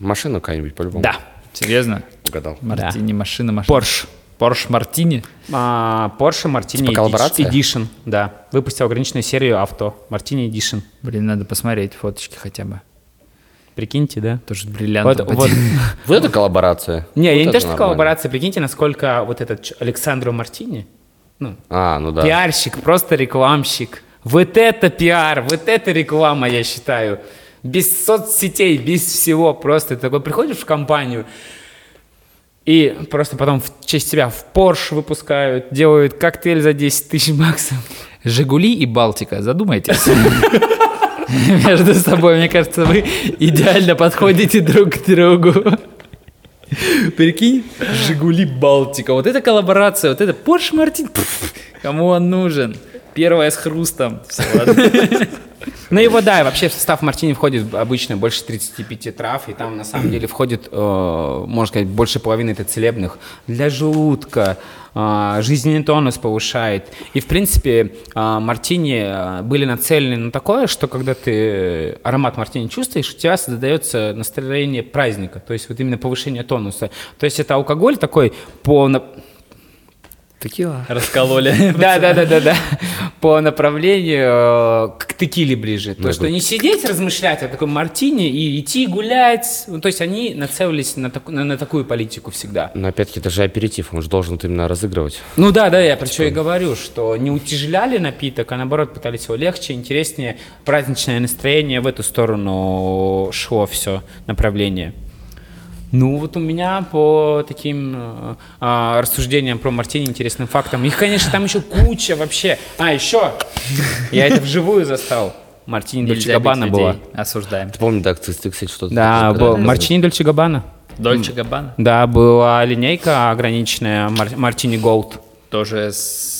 Машина какая-нибудь, по-любому. Да, Серьезно? <laughs> Угадал. Мартини, машина, машина. Порш. Порш Мартини. А, Porsche Martini Типа коллаборация? Edition, Edition, да, выпустил ограниченную серию авто, Martini Edition, Блин, надо посмотреть фоточки хотя бы. прикиньте, да? Тоже Вот, бриллиант. вот. Вот это коллаборация. Не, Вот я не это то, что нормально. коллаборация, прикиньте, насколько вот этот ч- Александро Мартини, ну, А, ну да. пиарщик, просто рекламщик. Вот это пиар, вот это реклама, я считаю. Без соцсетей, без всего, просто ты такой приходишь в компанию, и просто потом в честь тебя в Porsche выпускают, делают коктейль за 10 тысяч баксов. <laughs> Жигули и Балтика, задумайтесь. <laughs> Между собой, мне кажется, вы идеально подходите друг к другу. Прикинь, Жигули Балтика. Вот это коллаборация, вот это Порш Мартин. Кому он нужен? Первая с хрустом. Всё, ладно. Ну его, да, и вообще в состав мартини входит обычно больше 35 трав, и там на самом деле входит, э, можно сказать, больше половины это целебных для желудка, э, жизненный тонус повышает. И, в принципе, э, мартини э, были нацелены на такое, что когда ты аромат мартини чувствуешь, у тебя создается настроение праздника, то есть вот именно повышение тонуса. То есть это алкоголь такой по... на- <laughs> Раскололи. да, да, да, да, да. По направлению э, к текиле ближе. То, что не сидеть, размышлять о таком мартине и идти гулять. Ну, то есть они нацелились на, таку- на- на такую политику всегда. Но опять-таки это же аперитив, он же должен вот именно разыгрывать. Ну да, да, я Типа про что и говорю, что не утяжеляли напиток, а наоборот пытались его легче, интереснее. Праздничное настроение в эту сторону шло все направление. Ну, вот у меня по таким э, а, рассуждениям про мартини интересным фактам. Их, конечно, там еще куча вообще. А, еще! Я это вживую застал. Мартини Дольче Нельзя Габбана бить была. людей. Осуждаем. Помню, да, кстати, кстати, что-то. Да, такое, был да. Мартини Дольче Габбана. Дольче Габбана. Да, была линейка ограниченная Мар- Мартини Голд. Тоже с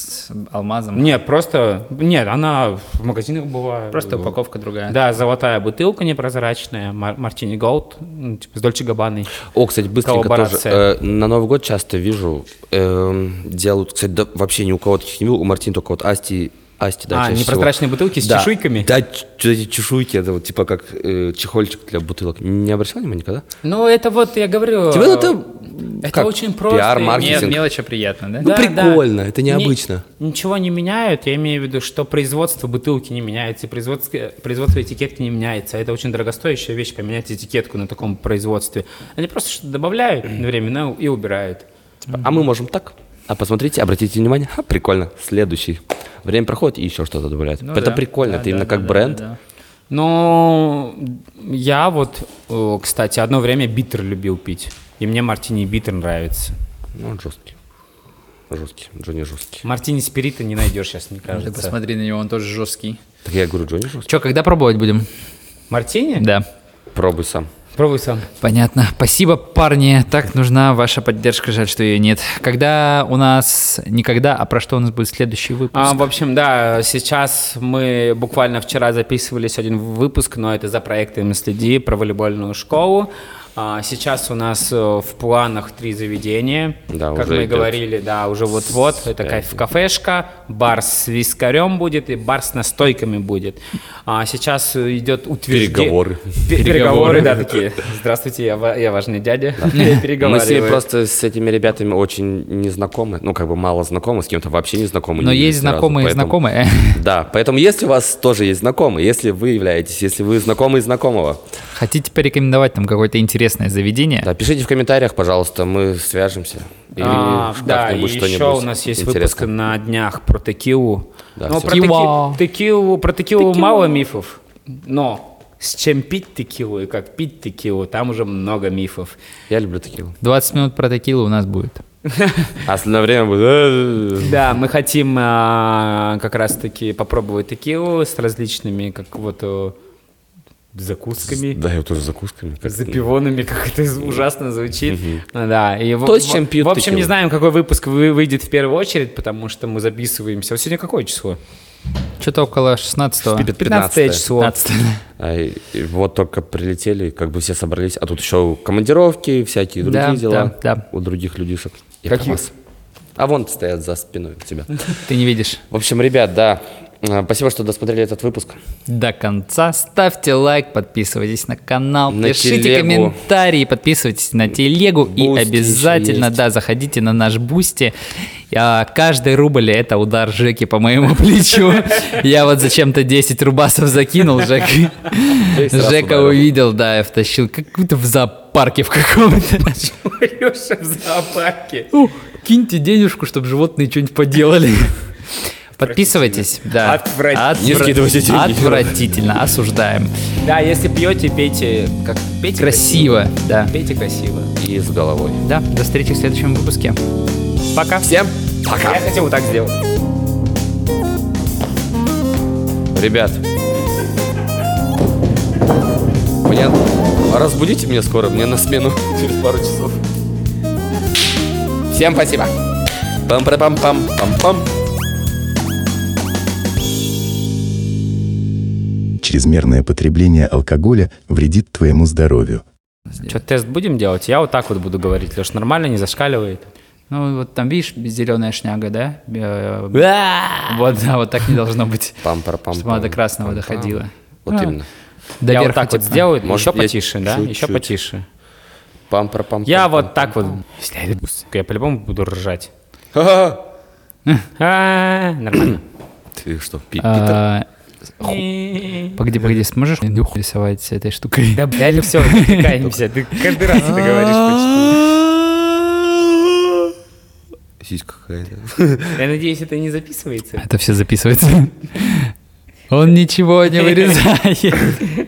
алмазом. Нет, просто... Нет, она в магазинах бывает. Просто упаковка другая. Да, золотая бутылка непрозрачная, Мар- Мартини Голд, ну, типа с Дольче Габбаной. О, кстати, быстренько тоже. Коллаборация. э, на Новый год часто вижу, эм, делают, кстати, да, вообще ни у кого таких не видел, у Мартин только вот Асти, Асти, да, А, чаще всего. непрозрачные бутылки с Да. чешуйками? Да, ч- эти чешуйки, это вот типа как э, чехольчик для бутылок. Не обращал внимания никогда? Ну, это вот, я говорю... э, Тебе Типа, ну, это, это как, очень просто Пиар, и Мел- маркетинг. мелочи приятно, да? Ну, Да, прикольно, это Не- необычно. ничего не меняют, я имею в виду, что производство бутылки не меняется, и производство, производство этикетки не меняется. Это очень дорогостоящая вещь, поменять этикетку на таком производстве. Они просто что-то добавляют временно и убирают. Типа, а мы можем так. А посмотрите, обратите внимание, ха, прикольно, следующий. Время проходит и еще что-то добавляют. Ну это да. прикольно, Да, это да, именно да, как да, бренд. да, да. Ну, я вот, э, кстати, одно время битер любил пить. И мне мартини битер нравится. Ну, он жесткий. Жесткий, Джонни жесткий. Мартини спирита не найдешь сейчас, мне Ты кажется. посмотри на него, он тоже жесткий. Так я говорю, Джонни жесткий. Че, когда пробовать будем? Мартини? Да. Пробуй сам. Пробуй сам. Понятно. Спасибо, парни. Так нужна ваша поддержка. Жаль, что ее нет. Когда у нас... Никогда, а про что у нас будет следующий выпуск? А, в общем, да, сейчас мы буквально вчера записывались один выпуск, но это за проектами «Следи» про волейбольную школу. А, Сейчас у нас э, в планах три заведения, Да, как уже мы и идет. говорили, да, уже вот-вот, это кайф кафешка, бар с вискарем будет и бар с настойками будет. А сейчас идет утверждение... Переговоры. Переговоры, да, такие. Здравствуйте, я, ва- я важный дядя. Мы с ними <laughs> Переговариваю. просто с этими ребятами очень не знакомы. Ну, как бы мало знакомы, с кем-то вообще не знакомы. Но не есть виделись ни разу, знакомые поэтому- знакомые. <laughs> Да, поэтому если у вас тоже есть знакомые, если вы являетесь, если вы знакомый знакомого, Хотите порекомендовать нам какое-то интересное заведение? да, пишите в комментариях, пожалуйста, мы свяжемся. Или А, да, и как-нибудь что-нибудь еще у нас есть выпуск интересное. на днях про текилу. Да, но всё. про Текила. теки- текилу, про текилу мало мифов, но с чем пить текилу и как пить текилу, там уже много мифов. Я люблю такие. 20 минут про текилу у нас будет. А остальное время будет... э, Да, мы хотим а, как раз-таки попробовать текилу с различными, как вот э, закусками. Да, я тоже с закусками. как- Запивонами, как это ужасно звучит. Да, и в- То, с чем пьют в общем, не текилу. знаем, какой выпуск вы- выйдет в первую очередь, потому что мы записываемся. Вот Сегодня какое число? Что-то около 16 Пи- 15 число. 15 А, и- и вот только прилетели, как бы все собрались, а тут еще командировки, всякие другие Да, дела да, да. у других людишек. И Каких? КамАЗ. А вон стоят за спиной у тебя. Ты не видишь. В общем, ребят, да, э, спасибо, что досмотрели этот выпуск. До конца ставьте лайк, подписывайтесь на канал, На пишите телегу. комментарии, подписывайтесь на телегу и Бусти обязательно, есть. да, заходите на наш бусти. А, каждый рубль это удар Жеки по моему <laughs> плечу. Я вот зачем-то 10 рубасов закинул, Жек. Ты сразу Жека ударил. увидел, да, я втащил какую-то в зоопарке в каком-то. Леша в зоопарке. Ну, киньте денежку, чтобы животные что-нибудь поделали. Подписывайтесь, да. Отвратительно. Отвра- Не скидывайте деньги. Отвратительно, осуждаем. Да, если пьете, пейте как пейте Красиво, да. Пейте красиво. И с головой. Да, до встречи в следующем выпуске. Пока. Всем пока. Я хотел вот так сделать. Ребят. Мне... Разбудите меня скоро, мне на смену <laughs> через пару часов. Всем спасибо. Пам-пам-пам-пам-пам. Чрезмерное потребление алкоголя вредит твоему здоровью. Что, тест будем делать? Я вот так вот буду говорить. Леш, нормально, не зашкаливает. Ну, вот там, видишь, зеленая шняга, да? Э, Вот, да, вот так не должно <laughs> быть. Пам-пара-пам. Чтобы она до красного доходила. Вот именно. До я верха, вот так вот типа. сделаю, Может, еще я потише, да? чуть-чуть. Еще потише. Пам-пара-пам. Я вот так вот. Я по-любому буду ржать. А, Нормально. Ты что, пи- А, ху- Погоди, погоди, сможешь нюх рисовать с этой штукой? <laughs> Да, блядь, <laughs> все, затыкаемся. Ты каждый раз это говоришь Сиська какая-то. почти. Я надеюсь, это не записывается. <laughs> Это все записывается. Он ничего не вырезает.